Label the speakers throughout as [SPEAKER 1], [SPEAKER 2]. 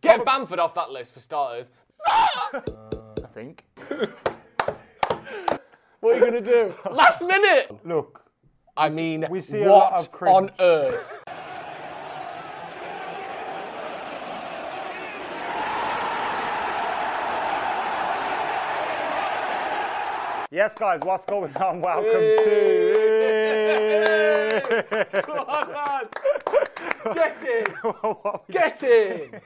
[SPEAKER 1] Get Bamford off that list for starters.
[SPEAKER 2] I think.
[SPEAKER 1] What are you going to do? Last minute!
[SPEAKER 2] Look,
[SPEAKER 1] I mean,
[SPEAKER 2] we see a lot
[SPEAKER 1] what
[SPEAKER 2] of cringe.
[SPEAKER 1] on earth?
[SPEAKER 2] yes, guys, what's going on? Welcome to.
[SPEAKER 1] Come on, man. Get in!
[SPEAKER 2] What we-
[SPEAKER 1] Get in!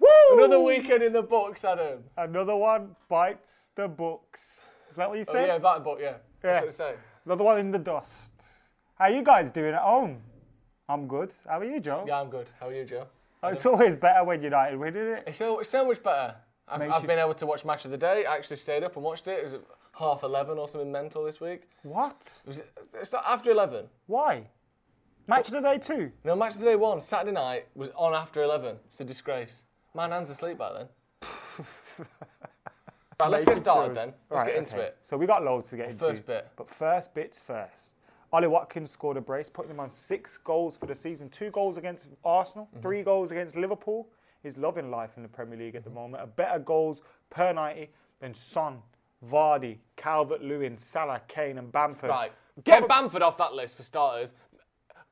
[SPEAKER 2] Woo!
[SPEAKER 1] Another weekend in the books, Adam. Uh,
[SPEAKER 2] Another one bites the books. Is that what you
[SPEAKER 1] Oh,
[SPEAKER 2] said?
[SPEAKER 1] yeah, that book, yeah. That's
[SPEAKER 2] Yeah.
[SPEAKER 1] what I'm saying.
[SPEAKER 2] Another one in the dust. How you guys doing at home? I'm good. How are you, Joe? Oh,
[SPEAKER 1] Yeah, I'm good. How are you, Joe?
[SPEAKER 2] It's always better when United win, isn't it?
[SPEAKER 1] It's so, it's so much better. I've,
[SPEAKER 2] Makes
[SPEAKER 1] I've
[SPEAKER 2] you-
[SPEAKER 1] been able to watch Match of the Day. I actually stayed up and watched it. It was at half 11 or something mental this week.
[SPEAKER 2] What?
[SPEAKER 1] It was, it's not after 11.
[SPEAKER 2] Why? Match of the day too.
[SPEAKER 1] No, Match of the Day 1, Saturday night, was on after 11. It's a disgrace. My nan's asleep by then. right, let's get
[SPEAKER 2] Amazing
[SPEAKER 1] started
[SPEAKER 2] throws.
[SPEAKER 1] then. Let's
[SPEAKER 2] Right,
[SPEAKER 1] get into
[SPEAKER 2] okay.
[SPEAKER 1] it.
[SPEAKER 2] So we got loads to get into.
[SPEAKER 1] first bit.
[SPEAKER 2] But first bits first. Ollie Watkins scored a brace, putting him on six goals for the season. Two goals against Arsenal,
[SPEAKER 1] Mm-hmm.
[SPEAKER 2] three goals against Liverpool. He's loving life in the Premier League at the
[SPEAKER 1] Mm-hmm.
[SPEAKER 2] moment. A better goals per 90 than Son, Vardy, Calvert Lewin, Salah, Kane, and Bamford.
[SPEAKER 1] Right, get Bamford off that list for starters.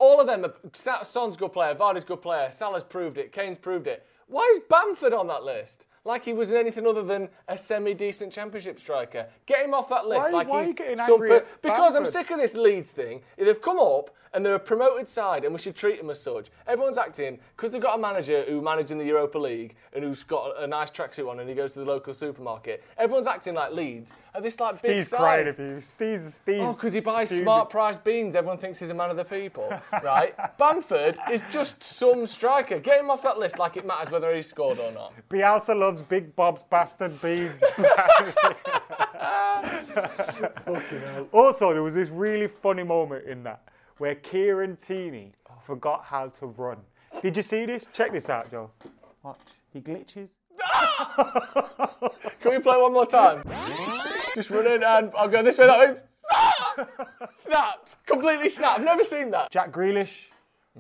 [SPEAKER 1] All of them are Sa- Son's good player, Vardy's good player, Salah's proved it, Kane's proved it. Why is Bamford on that list? Like he was anything other than a semi-decent championship striker. Get him off that list.
[SPEAKER 2] Why-
[SPEAKER 1] like
[SPEAKER 2] why are
[SPEAKER 1] he's
[SPEAKER 2] you getting
[SPEAKER 1] some
[SPEAKER 2] angry at
[SPEAKER 1] because I'm
[SPEAKER 2] Bamford?
[SPEAKER 1] sick of this Leeds thing. They've come up and they're a promoted side, and we should treat them as such. Everyone's acting because they've got a manager who managed in the Europa League and who's got a, a nice tracksuit on, and he goes to the local supermarket. Everyone's acting like Leeds. Are this like big
[SPEAKER 2] Steve's
[SPEAKER 1] side?
[SPEAKER 2] crying if you. Steve's, Steve's.
[SPEAKER 1] Oh, because he buys
[SPEAKER 2] fuming.
[SPEAKER 1] smart priced beans. Everyone thinks he's a man of the people, right? Bamford is just some striker. Get him off that list like it matters whether he scored or not.
[SPEAKER 2] Bielsa loves Big Bob's bastard beans. also, there was this really funny moment in that where Kieran Tini forgot how to run. Did you see this? Check this out, Joe. Watch. He glitches.
[SPEAKER 1] Can we play one more time? Just run in and I'll go this way, that way. snapped. Completely snapped. I've never seen that.
[SPEAKER 2] Jack Grealish.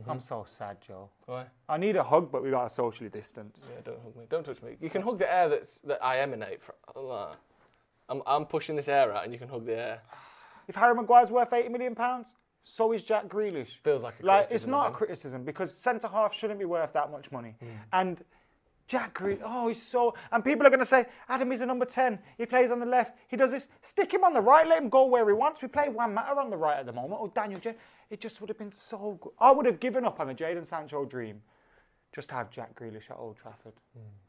[SPEAKER 2] I'm so sad, Joe.
[SPEAKER 1] Why?
[SPEAKER 2] I need a hug, but we got to socially distance.
[SPEAKER 1] Yeah, don't hug me. Don't touch me. You can hug the air that's, that I emanate from. Allah. I'm, I'm pushing this air out and you can hug the air.
[SPEAKER 2] If Harry Maguire's worth 80 million pounds, so is Jack Grealish.
[SPEAKER 1] Feels like a
[SPEAKER 2] like it's
[SPEAKER 1] criticism,
[SPEAKER 2] not a
[SPEAKER 1] doesn't it? Hmm.
[SPEAKER 2] criticism because centre half shouldn't be worth that much money. And Jack Grealish, oh, he's so. And people are going to say, Adam is a number 10. He plays on the left. He does this. Stick him on the right. Let him go where he wants. We play Juan Mata on the right at the moment. Oh, Daniel J. It just would have been so good. I would have given up on the Jaden Sancho dream just to have Jack Grealish at Old Trafford.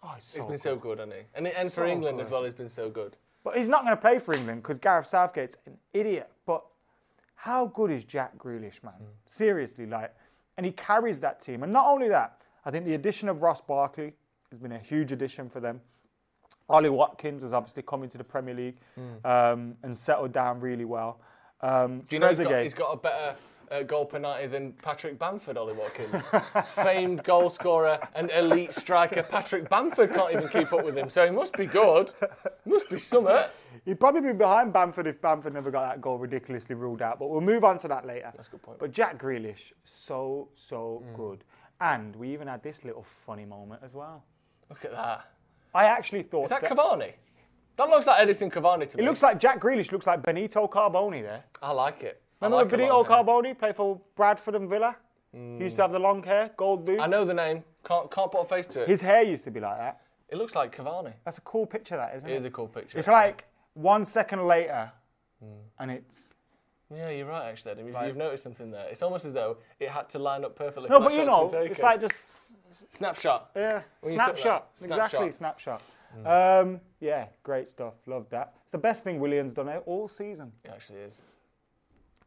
[SPEAKER 2] Oh, it's so
[SPEAKER 1] He's Hmm. been
[SPEAKER 2] good.
[SPEAKER 1] so good, hasn't he? And, and for
[SPEAKER 2] So
[SPEAKER 1] England as
[SPEAKER 2] good.
[SPEAKER 1] well, he's been so good.
[SPEAKER 2] But he's not going to play for England because Gareth Southgate's an idiot. But how good is Jack Grealish, man?
[SPEAKER 1] Mm.
[SPEAKER 2] Seriously, like, and he carries that team. And not only that, I think the addition of Ross Barkley has been a huge addition for them. Ollie Watkins has obviously come into the Premier League um, and settled down really well. Um,
[SPEAKER 1] Mm. Do you know he's got,
[SPEAKER 2] Trezeguet-
[SPEAKER 1] he's got a better uh, goal penalty than Patrick Bamford, Ollie Watkins. Famed goal scorer and elite striker Patrick Bamford can't even keep up with him, so he must be good. Must be summit.
[SPEAKER 2] He'd probably be behind Bamford if Bamford never got that goal ridiculously ruled out. But we'll move on to that later. That's a good point. But Jack Grealish, so, so
[SPEAKER 1] Mm.
[SPEAKER 2] good. And we even had this little funny moment as well.
[SPEAKER 1] Look at that.
[SPEAKER 2] I actually thought
[SPEAKER 1] Is that Cavani? That looks like Edison Cavani to me.
[SPEAKER 2] It looks like Jack Grealish looks like Benito Carboni there.
[SPEAKER 1] I like it. I
[SPEAKER 2] Remember
[SPEAKER 1] like
[SPEAKER 2] Benito
[SPEAKER 1] Cavani.
[SPEAKER 2] Carboni played for Bradford and Villa? He used to have the long hair, gold boots.
[SPEAKER 1] I know the name. Can't can't put a face to it.
[SPEAKER 2] His hair used to be like that.
[SPEAKER 1] It looks like Cavani.
[SPEAKER 2] That's a cool picture, that isn't it?
[SPEAKER 1] It is a cool picture. Hmm.
[SPEAKER 2] It's like one second later, and it's
[SPEAKER 1] Yeah, you're right. Actually, Adam. You've, you've noticed something there. It's almost as though it had to line up perfectly.
[SPEAKER 2] no,
[SPEAKER 1] for
[SPEAKER 2] but
[SPEAKER 1] that
[SPEAKER 2] you know,
[SPEAKER 1] shot to be
[SPEAKER 2] it's
[SPEAKER 1] taken.
[SPEAKER 2] like just
[SPEAKER 1] snapshot.
[SPEAKER 2] yeah,
[SPEAKER 1] When you took that. Hmm.
[SPEAKER 2] snapshot, exactly snapshot. Um, yeah, great stuff. Loved that. It's the best thing Willian's done out all season.
[SPEAKER 1] It actually is.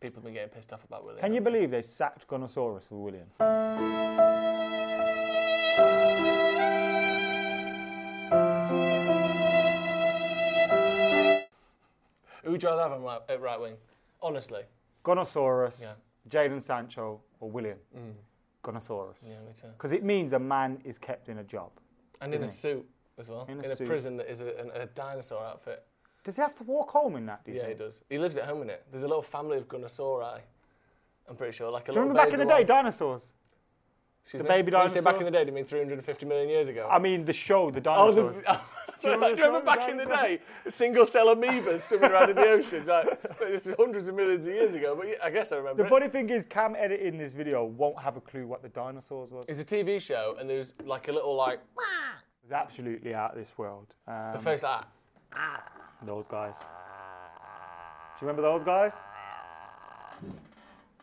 [SPEAKER 1] People have been getting pissed off about William.
[SPEAKER 2] Can you believe they sacked Gonosaurus for Willian?
[SPEAKER 1] Who'd you rather have on right, at right wing? Honestly.
[SPEAKER 2] Gonosaurus,
[SPEAKER 1] Yeah. Mm.
[SPEAKER 2] Jaden Sancho, or William. Gonosaurus.
[SPEAKER 1] Yeah, me too.
[SPEAKER 2] Because it means a man is kept in a job.
[SPEAKER 1] And in a suit as well.
[SPEAKER 2] In
[SPEAKER 1] In
[SPEAKER 2] a
[SPEAKER 1] a,
[SPEAKER 2] suit.
[SPEAKER 1] prison that is a, an- a dinosaur outfit.
[SPEAKER 2] Does he have to walk home in that? Do you
[SPEAKER 1] Yeah, he
[SPEAKER 2] think?
[SPEAKER 1] does. He lives at home in it. There's a little family of Gunnosauri. I'm pretty sure. Like a
[SPEAKER 2] Do you
[SPEAKER 1] little
[SPEAKER 2] remember back in the
[SPEAKER 1] baby
[SPEAKER 2] day,
[SPEAKER 1] one.
[SPEAKER 2] dinosaurs?
[SPEAKER 1] Excuse
[SPEAKER 2] the
[SPEAKER 1] me?
[SPEAKER 2] baby
[SPEAKER 1] When you say back
[SPEAKER 2] dinosaur?
[SPEAKER 1] in the day, do you mean 350 million years ago?
[SPEAKER 2] I mean, the show, the
[SPEAKER 1] Oh,
[SPEAKER 2] dinosaurs.
[SPEAKER 1] the, do you remember,
[SPEAKER 2] the show,
[SPEAKER 1] back in the
[SPEAKER 2] Dinosaur?
[SPEAKER 1] day, single cell amoebas swimming around in the ocean? Like, this is hundreds of millions of years ago, but yeah, I guess I remember.
[SPEAKER 2] The
[SPEAKER 1] it.
[SPEAKER 2] funny thing is, Cam editing this video won't have a clue what the dinosaurs was. It's
[SPEAKER 1] It's a TV show, and there's like a little like
[SPEAKER 2] absolutely out of this world. Um,
[SPEAKER 1] the face like that.
[SPEAKER 2] those guys. Do you remember those guys?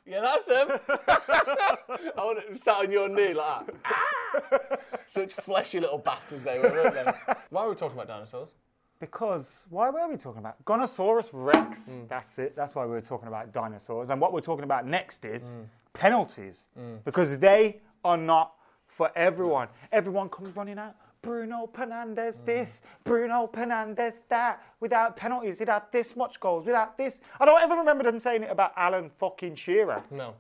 [SPEAKER 1] Yeah, that's him. I want to sat on your knee like that. Such fleshy little bastards they were, weren't they? Why were we talking about dinosaurs?
[SPEAKER 2] Because why were we talking about Gonosaurus Rex? That's it. That's why we were talking about dinosaurs. And what we're talking about next is penalties, because they are not for everyone. Everyone comes running out. Bruno Fernandez this, Bruno Fernandez that. Without penalties, he'd have this much goals. Without this, I don't ever remember them saying it about Alan fucking Shearer.
[SPEAKER 1] No.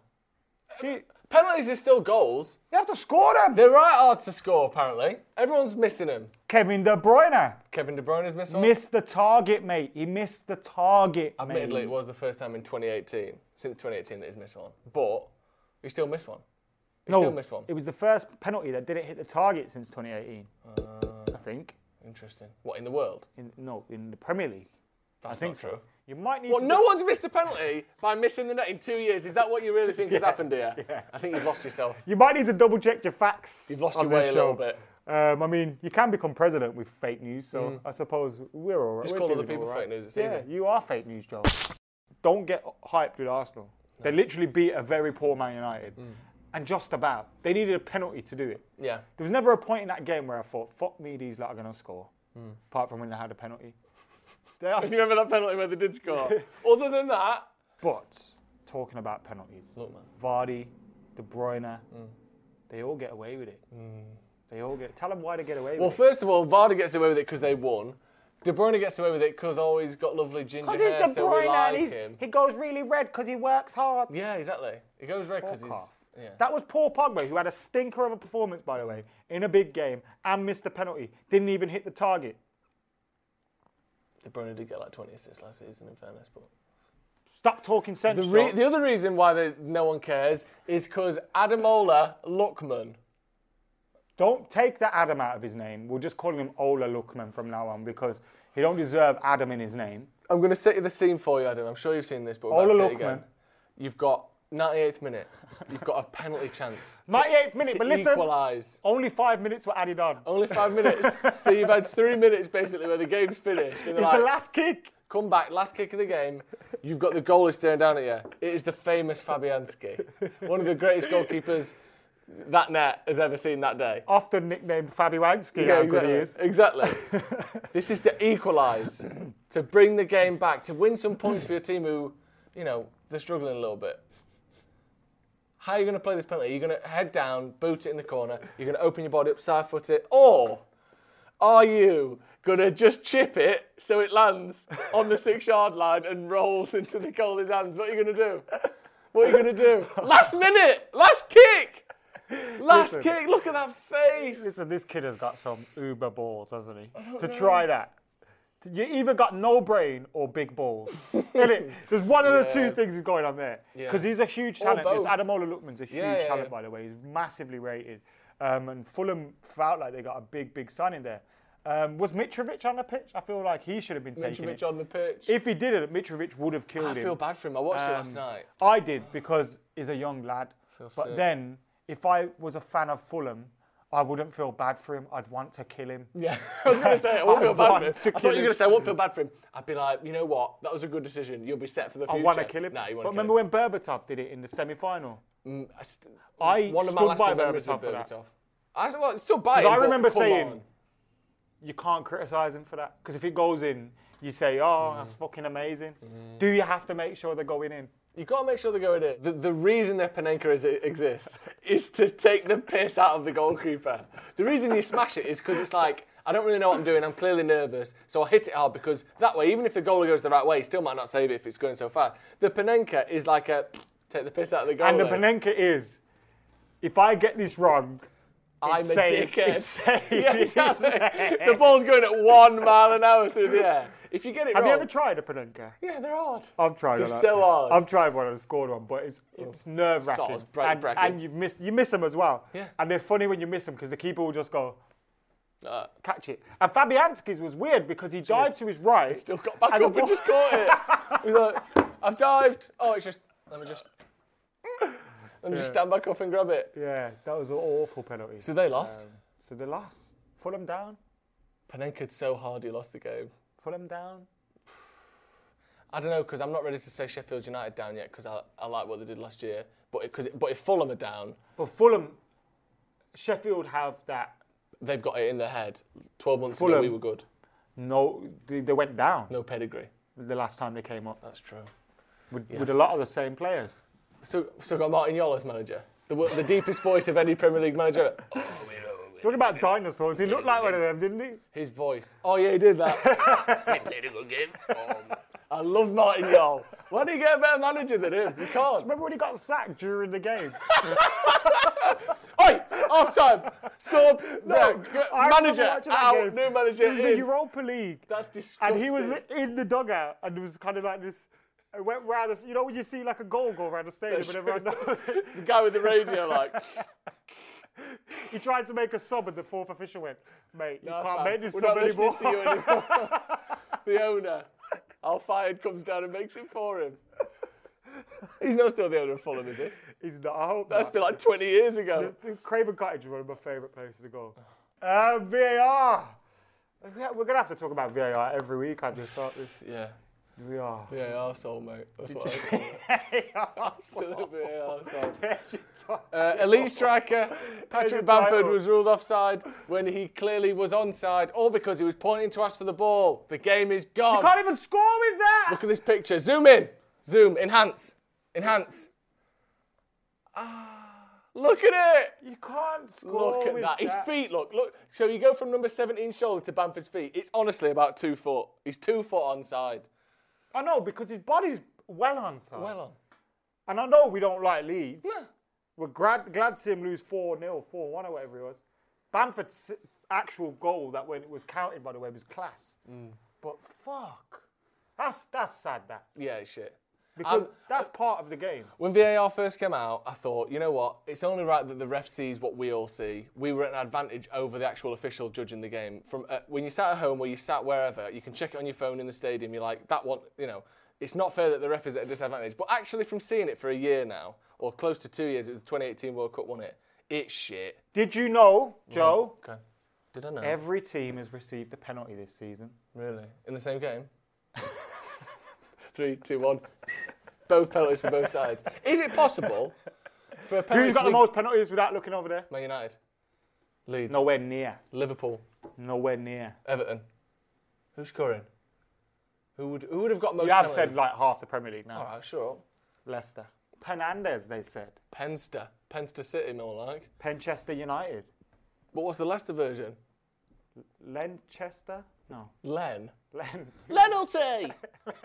[SPEAKER 2] Do You,
[SPEAKER 1] Penalties are still goals.
[SPEAKER 2] you have to score them.
[SPEAKER 1] They're right hard to score, apparently. Everyone's missing them.
[SPEAKER 2] Kevin De Bruyne
[SPEAKER 1] Kevin De Bruyne's missed one.
[SPEAKER 2] missed the target, mate. He missed the target.
[SPEAKER 1] Admittedly,
[SPEAKER 2] mate.
[SPEAKER 1] it was the first time in 2018, since 2018, that he's missed one. But he still missed one. He still missed one.
[SPEAKER 2] It was the first penalty that didn't hit the target since 2018. I think.
[SPEAKER 1] Interesting. What in the world?
[SPEAKER 2] In, no, in the Premier League.
[SPEAKER 1] That's
[SPEAKER 2] think
[SPEAKER 1] not true.
[SPEAKER 2] You might need
[SPEAKER 1] What?
[SPEAKER 2] to.
[SPEAKER 1] No one's missed a penalty by missing the net in two years. Is that what you really think has happened here? I think you've lost yourself.
[SPEAKER 2] You might need to double check your facts.
[SPEAKER 1] You've lost
[SPEAKER 2] on
[SPEAKER 1] your way
[SPEAKER 2] this
[SPEAKER 1] a little
[SPEAKER 2] show.
[SPEAKER 1] bit. Mm.
[SPEAKER 2] Um, I mean, you can become president with fake news, so I suppose we're all right.
[SPEAKER 1] Just
[SPEAKER 2] We're
[SPEAKER 1] call other
[SPEAKER 2] doing
[SPEAKER 1] people
[SPEAKER 2] all right.
[SPEAKER 1] fake news, it's
[SPEAKER 2] yeah,
[SPEAKER 1] easy.
[SPEAKER 2] you are fake news, Joe. Don't get hyped with Arsenal. They literally beat a very poor Man United, and just about. They needed a penalty to do it.
[SPEAKER 1] Mm. Yeah.
[SPEAKER 2] There was never a point in that game where I thought, "Fuck me, these lot are gonna score."
[SPEAKER 1] Mm.
[SPEAKER 2] Apart from when they had a penalty. They are-
[SPEAKER 1] You remember that penalty where they did score? Other than that,
[SPEAKER 2] But talking about penalties,
[SPEAKER 1] Look, man.
[SPEAKER 2] Vardy, De Bruyne,
[SPEAKER 1] Mm.
[SPEAKER 2] they all get away with it. They all get. Tell them why they get away
[SPEAKER 1] well,
[SPEAKER 2] with it.
[SPEAKER 1] first of all, Vardy gets away with it because they won. De Bruyne gets away with it because oh, he's got lovely ginger
[SPEAKER 2] Because
[SPEAKER 1] hair,
[SPEAKER 2] it's De
[SPEAKER 1] so we
[SPEAKER 2] Bruyne
[SPEAKER 1] like
[SPEAKER 2] and he's,
[SPEAKER 1] him.
[SPEAKER 2] he goes really red because he works hard.
[SPEAKER 1] Yeah, exactly. He goes red because
[SPEAKER 2] Fuck
[SPEAKER 1] he's
[SPEAKER 2] off.
[SPEAKER 1] yeah.
[SPEAKER 2] That was Paul Pogba, who had a stinker of a performance, by the way, in a big game and missed the penalty. Didn't even hit the target.
[SPEAKER 1] De Bruyne did get like 20 assists last season, in fairness, but.
[SPEAKER 2] Stop talking sense.
[SPEAKER 1] The, re-
[SPEAKER 2] Joe.
[SPEAKER 1] the other reason why they, no one cares is because Adamola Luckman.
[SPEAKER 2] Don't take the Adam out of his name. We'll just call him Ola Lookman from now on because he don't deserve Adam in his name.
[SPEAKER 1] I'm going to set you the scene for you, Adam. I'm sure you've seen this, but we're
[SPEAKER 2] Ola
[SPEAKER 1] about to see it again.
[SPEAKER 2] Lookman.
[SPEAKER 1] You've got 98th minute. You've got a penalty chance.
[SPEAKER 2] My eighth minute,
[SPEAKER 1] to
[SPEAKER 2] but listen,
[SPEAKER 1] equalise.
[SPEAKER 2] only five minutes were added on.
[SPEAKER 1] Only five minutes. so you've had three minutes basically where the game's finished. And they're
[SPEAKER 2] It's
[SPEAKER 1] like,
[SPEAKER 2] the last kick.
[SPEAKER 1] come back, last kick of the game. You've got the goal is staring down at you. It is the famous Fabianski, one of the greatest goalkeepers that net has ever seen that day.
[SPEAKER 2] Often nicknamed Fabi Wanski, how good he is.
[SPEAKER 1] exactly. this is to equalise, to bring the game back, to win some points for your team who, you know, they're struggling a little bit. How are you going to play this penalty? You're going to head down, boot it in the corner. You're going to open your body up, side foot it, or are you going to just chip it so it lands on the six yard line and rolls into the goalie's hands? What are you going to do? What are you going to do? last minute, last kick, last
[SPEAKER 2] Listen.
[SPEAKER 1] kick. Look at that face.
[SPEAKER 2] Listen, this kid has got some uber balls, hasn't he? To try that. You either got no brain or big balls. Innit? There's one of the
[SPEAKER 1] Yeah.
[SPEAKER 2] two things going on there. Because
[SPEAKER 1] Yeah.
[SPEAKER 2] he's a huge
[SPEAKER 1] Or
[SPEAKER 2] talent. This
[SPEAKER 1] both.
[SPEAKER 2] Adamola Lookman's a huge
[SPEAKER 1] Yeah, yeah,
[SPEAKER 2] talent,
[SPEAKER 1] yeah.
[SPEAKER 2] by the way. He's massively rated. Um, and Fulham felt like they got a big, big signing there. Um, was Mitrovic on the pitch? I feel like he should have been taking
[SPEAKER 1] Mitrovic
[SPEAKER 2] it.
[SPEAKER 1] on the pitch.
[SPEAKER 2] If he didn't, Mitrovic would have killed
[SPEAKER 1] I
[SPEAKER 2] him.
[SPEAKER 1] feel bad for him. I watched it last
[SPEAKER 2] Um,
[SPEAKER 1] night.
[SPEAKER 2] I did because he's a young lad. but
[SPEAKER 1] sick.
[SPEAKER 2] then, if I was a fan of Fulham, I wouldn't feel bad for him. I'd want to kill him.
[SPEAKER 1] Yeah, I was going to say, I won't
[SPEAKER 2] I
[SPEAKER 1] feel bad
[SPEAKER 2] want
[SPEAKER 1] for him.
[SPEAKER 2] to
[SPEAKER 1] I thought
[SPEAKER 2] kill
[SPEAKER 1] you were
[SPEAKER 2] him.
[SPEAKER 1] going to say, I won't feel bad for him. I'd be like, you know what? That was a good decision. You'll be set for the
[SPEAKER 2] I
[SPEAKER 1] future.
[SPEAKER 2] want to kill him.
[SPEAKER 1] Nah, you
[SPEAKER 2] but
[SPEAKER 1] want to
[SPEAKER 2] remember when Berbatov did it in the semi-final?
[SPEAKER 1] when Mm, I, st-
[SPEAKER 2] I
[SPEAKER 1] one of my
[SPEAKER 2] stood
[SPEAKER 1] last
[SPEAKER 2] by
[SPEAKER 1] memories of
[SPEAKER 2] Berbatov for that.
[SPEAKER 1] Berbatov. I well, still by him.
[SPEAKER 2] 'Cause I
[SPEAKER 1] but
[SPEAKER 2] remember
[SPEAKER 1] come
[SPEAKER 2] saying-
[SPEAKER 1] on.
[SPEAKER 2] You can't criticise him for that because if it goes in, you say, "Oh,
[SPEAKER 1] Mm-hmm.
[SPEAKER 2] that's fucking amazing." Do you have to make sure they're going in?
[SPEAKER 1] you got to make sure they Mm-hmm. go in it. The, the reason that Penenka is, exists is to take the piss out of the goalkeeper. The reason you smash it is because it's like, I don't really know what I'm doing. I'm clearly nervous. So I'll hit it hard because that way, even if the goalie goes the right way, he still might not save it if it's going so fast. The Penenka is like a take the piss out of the goalie.
[SPEAKER 2] and the Benenka is, if I get this wrong,
[SPEAKER 1] I'm
[SPEAKER 2] It's
[SPEAKER 1] a
[SPEAKER 2] safe,
[SPEAKER 1] dickhead.
[SPEAKER 2] it's safe,
[SPEAKER 1] Yeah,
[SPEAKER 2] it's
[SPEAKER 1] exactly.
[SPEAKER 2] safe.
[SPEAKER 1] The ball's going at one mile an hour through the air. If you get it
[SPEAKER 2] have
[SPEAKER 1] wrong,
[SPEAKER 2] you ever tried a Benenka?
[SPEAKER 1] yeah, they're hard.
[SPEAKER 2] I've tried
[SPEAKER 1] They're
[SPEAKER 2] a lot.
[SPEAKER 1] so hard.
[SPEAKER 2] I've tried one and scored one, but it's it's nerve
[SPEAKER 1] Sort
[SPEAKER 2] wracking.
[SPEAKER 1] of brain
[SPEAKER 2] and,
[SPEAKER 1] bracket.
[SPEAKER 2] and you miss you miss them as well.
[SPEAKER 1] Yeah.
[SPEAKER 2] And they're funny when you miss them because the keeper will just go
[SPEAKER 1] Uh,
[SPEAKER 2] catch it. And Fabianski's was weird because he dived to his right.
[SPEAKER 1] Still got back
[SPEAKER 2] the
[SPEAKER 1] up and
[SPEAKER 2] ball-
[SPEAKER 1] just caught it. He was like, I've dived. Oh, it's just let me just let me just stand back up and grab it.
[SPEAKER 2] Yeah, that was an awful penalty.
[SPEAKER 1] So they lost.
[SPEAKER 2] Um, so they lost. Fulham down.
[SPEAKER 1] Panenka so hard he lost the game.
[SPEAKER 2] Fulham down.
[SPEAKER 1] I don't know because I'm not ready to say Sheffield United down yet because I, I like what they did last year. But because but if Fulham are down,
[SPEAKER 2] But Fulham, Sheffield have that.
[SPEAKER 1] they've got it in their head. Twelve months ago
[SPEAKER 2] Fulham.
[SPEAKER 1] we were good.
[SPEAKER 2] No, they, they went down
[SPEAKER 1] No pedigree.
[SPEAKER 2] the last time they came up
[SPEAKER 1] That's true.
[SPEAKER 2] with, with a lot of the same players.
[SPEAKER 1] Still, still got Martin Yol as manager. The, wo- the deepest voice of any Premier League manager.
[SPEAKER 2] Talking about dinosaurs, he looked like one of them, didn't he?
[SPEAKER 1] His voice. Oh, yeah, he did that. Um, I love Martin Yol. Why do you get a better manager than him? You can't.
[SPEAKER 2] Remember when he got sacked during the game?
[SPEAKER 1] Oi, half time. Sub.
[SPEAKER 2] No,
[SPEAKER 1] No,
[SPEAKER 2] I remember
[SPEAKER 1] manager out.
[SPEAKER 2] watching that game.
[SPEAKER 1] New manager
[SPEAKER 2] It was the
[SPEAKER 1] in.
[SPEAKER 2] Europa League.
[SPEAKER 1] That's
[SPEAKER 2] and he was
[SPEAKER 1] disgusting.
[SPEAKER 2] in the dugout and it was kind of like this. It went round. This, you know when you see like a goal go around the stadium
[SPEAKER 1] That's
[SPEAKER 2] and everyone knows.
[SPEAKER 1] the guy with the radio, like.
[SPEAKER 2] he tried to make a sub and the fourth official went, "Mate, you
[SPEAKER 1] "Nah,
[SPEAKER 2] can't
[SPEAKER 1] fam,
[SPEAKER 2] make this
[SPEAKER 1] We're
[SPEAKER 2] sub
[SPEAKER 1] not listening
[SPEAKER 2] anymore."
[SPEAKER 1] to you anymore. the owner. Al Fayed comes down and makes it for him. He's not still the owner of Fulham, is he?
[SPEAKER 2] He's not. I hope
[SPEAKER 1] That's
[SPEAKER 2] not.
[SPEAKER 1] been like 20 years ago.
[SPEAKER 2] The- the Craven Cottage is one of my favourite places to go. Um, VAR. Yeah, We're gonna have to talk about VAR every week. I just thought this.
[SPEAKER 1] Yeah.
[SPEAKER 2] VAR.
[SPEAKER 1] Yeah, arsehole, mate. That's what I call it. Absolutely arsehole. Uh, elite striker Patrick
[SPEAKER 2] Asian
[SPEAKER 1] Bamford
[SPEAKER 2] title.
[SPEAKER 1] was ruled offside when he clearly was onside, all because he was pointing to us for the ball. The game is
[SPEAKER 2] You
[SPEAKER 1] gone.
[SPEAKER 2] can't even score with that.
[SPEAKER 1] Look at this picture. Zoom in. Zoom. Enhance. Enhance. Ah, look at it.
[SPEAKER 2] You can't score.
[SPEAKER 1] Look at
[SPEAKER 2] with
[SPEAKER 1] that. His feet, look, look. So you go from number 17 shoulder to Bamford's feet. It's honestly about two foot. He's two foot onside.
[SPEAKER 2] I know because his body's well on side.
[SPEAKER 1] Well on.
[SPEAKER 2] And I know we don't like Leeds. We're glad, glad to see him lose 4 0, 4 1 or whatever it was. Bamford's s- actual goal that when it was counted, by the way, was class.
[SPEAKER 1] Mm.
[SPEAKER 2] But fuck. That's, that's sad, that.
[SPEAKER 1] Yeah, it's shit.
[SPEAKER 2] Because
[SPEAKER 1] I'm- uh,
[SPEAKER 2] that's part of the game.
[SPEAKER 1] When VAR first came out, I thought, you know what? It's only right that the ref sees what we all see. We were at an advantage over the actual official judging the game. From uh, when you sat at home, where you sat wherever, you can check it on your phone in the stadium. You're like, that one, you know, it's not fair that the ref is at a disadvantage. But actually, from seeing it for a year now, or close to two years, it was the 2018 World Cup, wasn't it? It's shit.
[SPEAKER 2] Did you know, Joe?
[SPEAKER 1] Okay. Did I know?
[SPEAKER 2] Every team has received a penalty this season.
[SPEAKER 1] really? In the same game? Three, two, one. both penalties for both sides. Is it possible for a penalty?
[SPEAKER 2] Who's got
[SPEAKER 1] to
[SPEAKER 2] the
[SPEAKER 1] be-
[SPEAKER 2] most penalties without looking over there?
[SPEAKER 1] Man United. Leeds.
[SPEAKER 2] Nowhere near.
[SPEAKER 1] Liverpool.
[SPEAKER 2] Nowhere near.
[SPEAKER 1] Everton. Who's scoring? Who would who would have got most
[SPEAKER 2] You have
[SPEAKER 1] penalties?
[SPEAKER 2] said like half the Premier League now.
[SPEAKER 1] All right, sure.
[SPEAKER 2] Leicester. Penandes, they said.
[SPEAKER 1] Penster. Penster City, more like.
[SPEAKER 2] Penchester United.
[SPEAKER 1] But what's the Leicester version?
[SPEAKER 2] Lenchester? No.
[SPEAKER 3] Len.
[SPEAKER 2] Len.
[SPEAKER 3] Lenalty!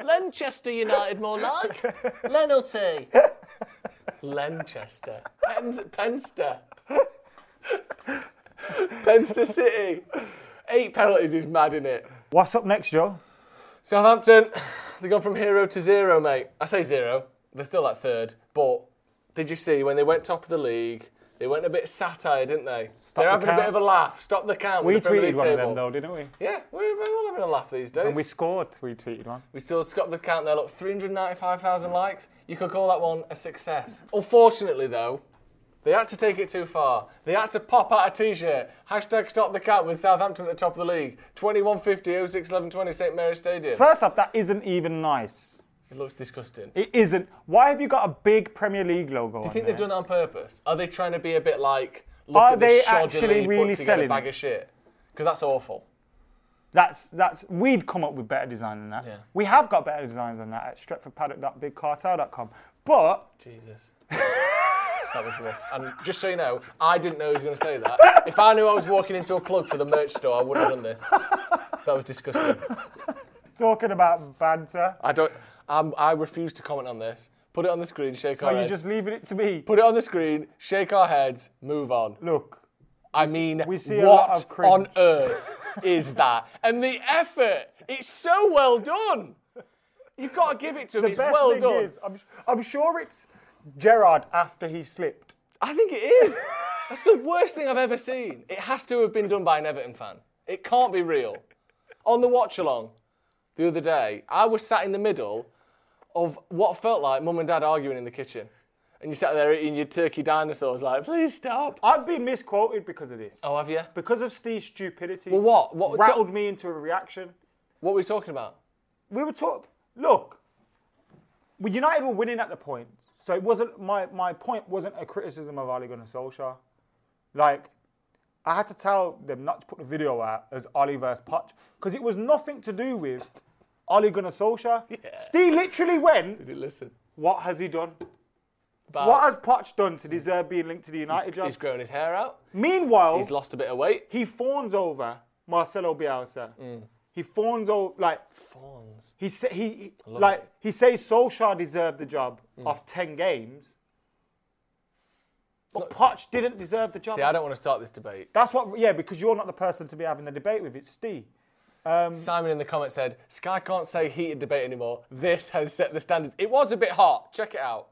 [SPEAKER 3] Lenchester United, more like. Lenalty. Lenchester. Pens- Penster.
[SPEAKER 1] Penster City. Eight penalties is mad, in it?
[SPEAKER 2] What's up next, Joe?
[SPEAKER 1] Southampton, they've gone from hero to zero, mate. I say zero. They're still at third. But did you see when they went top of the league? They went a bit satire, didn't they? They're
[SPEAKER 2] the
[SPEAKER 1] having a
[SPEAKER 2] count.
[SPEAKER 1] bit of a laugh. Stop the count.
[SPEAKER 2] We
[SPEAKER 1] with the Premier
[SPEAKER 2] tweeted
[SPEAKER 1] League
[SPEAKER 2] one of
[SPEAKER 1] table.
[SPEAKER 2] them though, didn't we?
[SPEAKER 1] Yeah, we're, we're all having a laugh these days.
[SPEAKER 2] And we scored. We tweeted one.
[SPEAKER 1] We still got the count there. Look, 395,000 likes. You could call that one a success. Unfortunately, though, they had to take it too far. They had to pop out a T-shirt. Hashtag stop the count with Southampton at the top of the league. 2150 06 11 20 St Mary's Stadium.
[SPEAKER 2] First up, that isn't even nice.
[SPEAKER 1] It looks disgusting.
[SPEAKER 2] It isn't. Why have you got a big Premier League logo?
[SPEAKER 1] Do you think they've done that on purpose? Are they trying to be a bit like? Look
[SPEAKER 2] Are
[SPEAKER 1] at this
[SPEAKER 2] they
[SPEAKER 1] shoddily
[SPEAKER 2] actually
[SPEAKER 1] put
[SPEAKER 2] really
[SPEAKER 1] together
[SPEAKER 2] selling
[SPEAKER 1] bag
[SPEAKER 2] it?
[SPEAKER 1] of shit? Because that's awful.
[SPEAKER 2] That's that's we'd come up with better design than that.
[SPEAKER 1] Yeah.
[SPEAKER 2] We have got better designs than that at stretfordpaddock.bigcartel.com. But
[SPEAKER 1] Jesus. that was rough. And just so you know, I didn't know he was going to say that. If I knew I was walking into a plug for the merch store, I wouldn't have done this. That was disgusting.
[SPEAKER 2] talking about banter,
[SPEAKER 1] I don't. I'm, I refuse to comment on this. Put it on the screen, shake
[SPEAKER 2] so
[SPEAKER 1] our
[SPEAKER 2] you're
[SPEAKER 1] heads.
[SPEAKER 2] just leaving it to me.
[SPEAKER 1] Put it on the screen, shake our heads, move on.
[SPEAKER 2] Look,
[SPEAKER 1] I mean,
[SPEAKER 2] we see a lot
[SPEAKER 1] what
[SPEAKER 2] of cringe.
[SPEAKER 1] on earth is that? And the effort, it's so well done. You've got to give it to him.
[SPEAKER 2] the
[SPEAKER 1] it's
[SPEAKER 2] best
[SPEAKER 1] well
[SPEAKER 2] thing
[SPEAKER 1] done.
[SPEAKER 2] is, uh, I'm, I'm sure it's Gerard after he slipped.
[SPEAKER 1] I think it is. That's the worst thing I've ever seen. It has to have been done by an Everton fan. It can't be real. On the watch along the other day, I was sat in the middle of what felt like mum and dad arguing in the kitchen. And you sat there eating your turkey dinosaurs, like, please stop.
[SPEAKER 2] I've been misquoted because of this.
[SPEAKER 1] Oh, have you?
[SPEAKER 2] Because of Steve's stupidity.
[SPEAKER 1] Well, what? What-
[SPEAKER 2] rattled me into a reaction?
[SPEAKER 1] What were we talking about?
[SPEAKER 2] We were talking. Look, we- United were winning at the point, so it wasn't my my point wasn't a criticism of Ole Gunnar Solskjaer. Like, I had to tell them not to put the video out as Ole versus Poch because it was nothing to do with Ole Gunnar Solskjaer. Steve literally went.
[SPEAKER 1] Did you listen?
[SPEAKER 2] What has he done?
[SPEAKER 1] About
[SPEAKER 2] What has Poch done to deserve being linked to the United job?
[SPEAKER 1] he's grown his hair out.
[SPEAKER 2] Meanwhile,
[SPEAKER 1] He's lost a bit of weight.
[SPEAKER 2] he fawns over Marcelo Bielsa. He fawns over like
[SPEAKER 1] Mm. Fawns.
[SPEAKER 2] he sa- he he- like
[SPEAKER 1] it. Mm.
[SPEAKER 2] he says Solskjaer deserved the job off ten games, but Poch didn't deserve the job.
[SPEAKER 1] See, I don't want to start this debate.
[SPEAKER 2] That's what yeah because you're not the person to be having the debate with. It's Steve.
[SPEAKER 1] Simon in the comments said, Sky can't say heated debate anymore. This has set the standards. It was a bit hot. Check it out.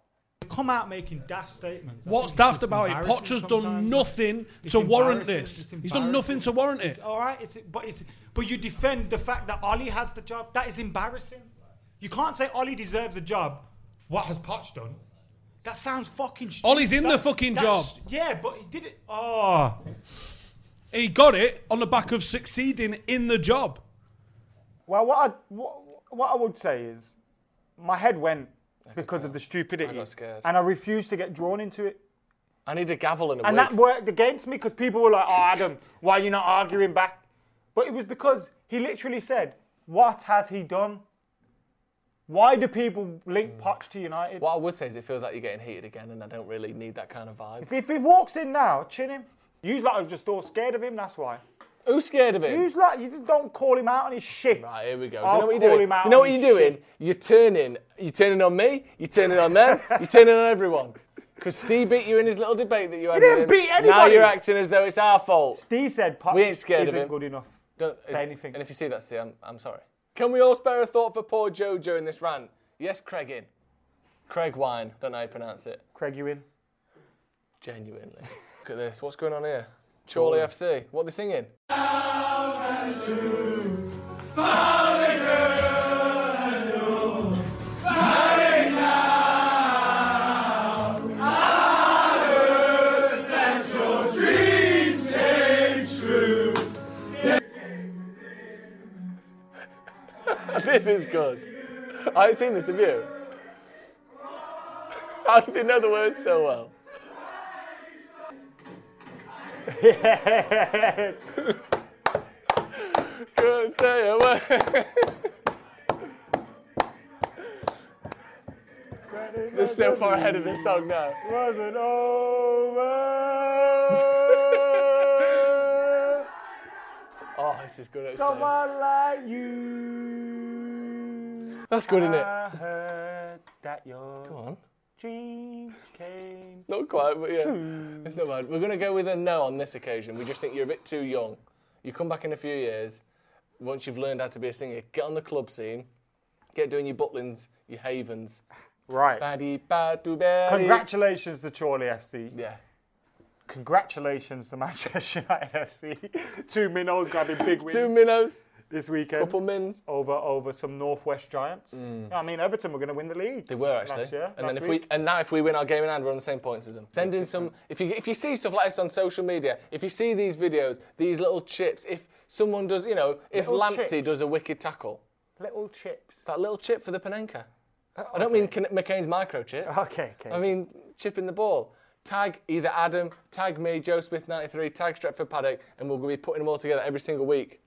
[SPEAKER 4] come out making daft statements. I
[SPEAKER 5] What's
[SPEAKER 4] think
[SPEAKER 5] daft
[SPEAKER 4] it's
[SPEAKER 5] about it?
[SPEAKER 4] embarrassing
[SPEAKER 5] Potter's done
[SPEAKER 4] sometimes.
[SPEAKER 5] nothing
[SPEAKER 4] It's
[SPEAKER 5] to warrant
[SPEAKER 4] embarrassing,
[SPEAKER 5] this.
[SPEAKER 4] it's
[SPEAKER 5] He's done nothing to
[SPEAKER 4] embarrassing.
[SPEAKER 5] warrant it.
[SPEAKER 4] It's all right, it's, but it's but you defend the fact that Ollie has the job. That is embarrassing. You can't say Ollie deserves a job. What has Potch done? That sounds fucking. Stupid.
[SPEAKER 5] Ollie's in the
[SPEAKER 4] That-
[SPEAKER 5] fucking
[SPEAKER 4] that's-
[SPEAKER 5] job.
[SPEAKER 4] Yeah, but he did it. Oh,
[SPEAKER 5] He got it on the back of succeeding in the job.
[SPEAKER 2] Well, what I what, what I would say is my head went because of the stupidity,
[SPEAKER 1] I got scared.
[SPEAKER 2] and I refused to get drawn into it.
[SPEAKER 1] I need a gavel and a
[SPEAKER 2] And
[SPEAKER 1] wig.
[SPEAKER 2] that worked against me because people were like, oh, Adam, why are you not arguing back? But it was because he literally said, what has he done? Why do people link Poch to United?
[SPEAKER 1] Hmm. What I would say is it feels like you're getting heated again, and I don't really need that kind of vibe.
[SPEAKER 2] If he walks in now, chin him. You lot are just all scared of him, that's why.
[SPEAKER 1] Who's scared of
[SPEAKER 2] You
[SPEAKER 1] him?
[SPEAKER 2] like, you just don't call him out on his shit.
[SPEAKER 1] Right, here we go. Do you know
[SPEAKER 2] I'll
[SPEAKER 1] what
[SPEAKER 2] call
[SPEAKER 1] you're doing?
[SPEAKER 2] him out
[SPEAKER 1] Do you know
[SPEAKER 2] on
[SPEAKER 1] what
[SPEAKER 2] his
[SPEAKER 1] you're doing?
[SPEAKER 2] shit.
[SPEAKER 1] You're turning. You're turning on me. You're turning on them. you're turning on everyone. Because Steve beat you in his little debate that you had.
[SPEAKER 2] didn't
[SPEAKER 1] with him.
[SPEAKER 2] beat
[SPEAKER 1] Now
[SPEAKER 2] anybody.
[SPEAKER 1] you're acting as though it's our fault.
[SPEAKER 2] Steve said Poch
[SPEAKER 1] We ain't scared of
[SPEAKER 2] isn't
[SPEAKER 1] him.
[SPEAKER 2] good enough.
[SPEAKER 1] Don't is-
[SPEAKER 2] anything.
[SPEAKER 1] And if you see that, Steve, I'm, I'm sorry. Can we all spare a thought for poor Jojo in this rant? Yes, Craig in. Craig Wine. Don't know how you pronounce it.
[SPEAKER 2] Craig, you in?
[SPEAKER 1] Genuinely. Look at this. What's going on here? Chorley FC. What are they singing? This is good. I ain't seen this, have you? How do they know the words so well? Couldn't stay away. They're so far ahead of this song now.
[SPEAKER 2] Wasn't over.
[SPEAKER 1] Oh, this is good. Actually.
[SPEAKER 2] Someone like you.
[SPEAKER 1] That's good, isn't it?
[SPEAKER 2] I heard that your
[SPEAKER 1] Come on.
[SPEAKER 2] dreams came.
[SPEAKER 1] Not quite, but yeah. It's not bad. We're going to go with a no on this occasion. We just think you're a bit too young. You come back in a few years, once you've learned how to be a singer, get on the club scene, get doing your butlins, your havens.
[SPEAKER 2] Right.
[SPEAKER 1] Baddy, badu, baddy.
[SPEAKER 2] Congratulations to Chorley FC.
[SPEAKER 1] Yeah.
[SPEAKER 2] Congratulations to Manchester United FC. Two minnows grabbing big wins
[SPEAKER 1] Two minnows,
[SPEAKER 2] this weekend.
[SPEAKER 1] couple mins.
[SPEAKER 2] over over some Northwest Giants. I mean, Everton were going to win the league.
[SPEAKER 1] They were actually.
[SPEAKER 2] Last year,
[SPEAKER 1] and
[SPEAKER 2] last
[SPEAKER 1] then if
[SPEAKER 2] week.
[SPEAKER 1] we and now if we win our game in hand, we're on the same points as them. Send in some if you if you see stuff like this on social media, if you see these videos, these little chips, if someone does you know, if
[SPEAKER 2] Little
[SPEAKER 1] Lamptey
[SPEAKER 2] chips.
[SPEAKER 1] does a wicked tackle,
[SPEAKER 2] little chips.
[SPEAKER 1] that little chip for the Panenka. I don't mean Ken- McCain's microchips.
[SPEAKER 2] Oh, Okay, okay.
[SPEAKER 1] I mean chipping the ball. Tag either Adam, tag me, Joe Smith 93, tag Stretford Paddock, and we'll be putting them all together every single week.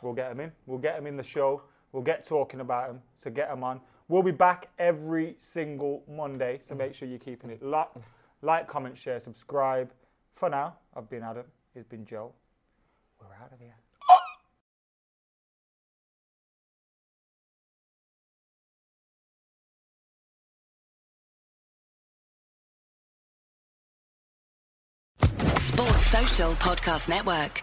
[SPEAKER 2] We'll get him in. We'll get him in the show. We'll get talking about him. So get him on. We'll be back every single Monday. So make sure you're keeping it locked. Like, comment, share, subscribe. For now, I've been Adam. He's been Joe. We're out of here.
[SPEAKER 6] Sports Social Podcast Network.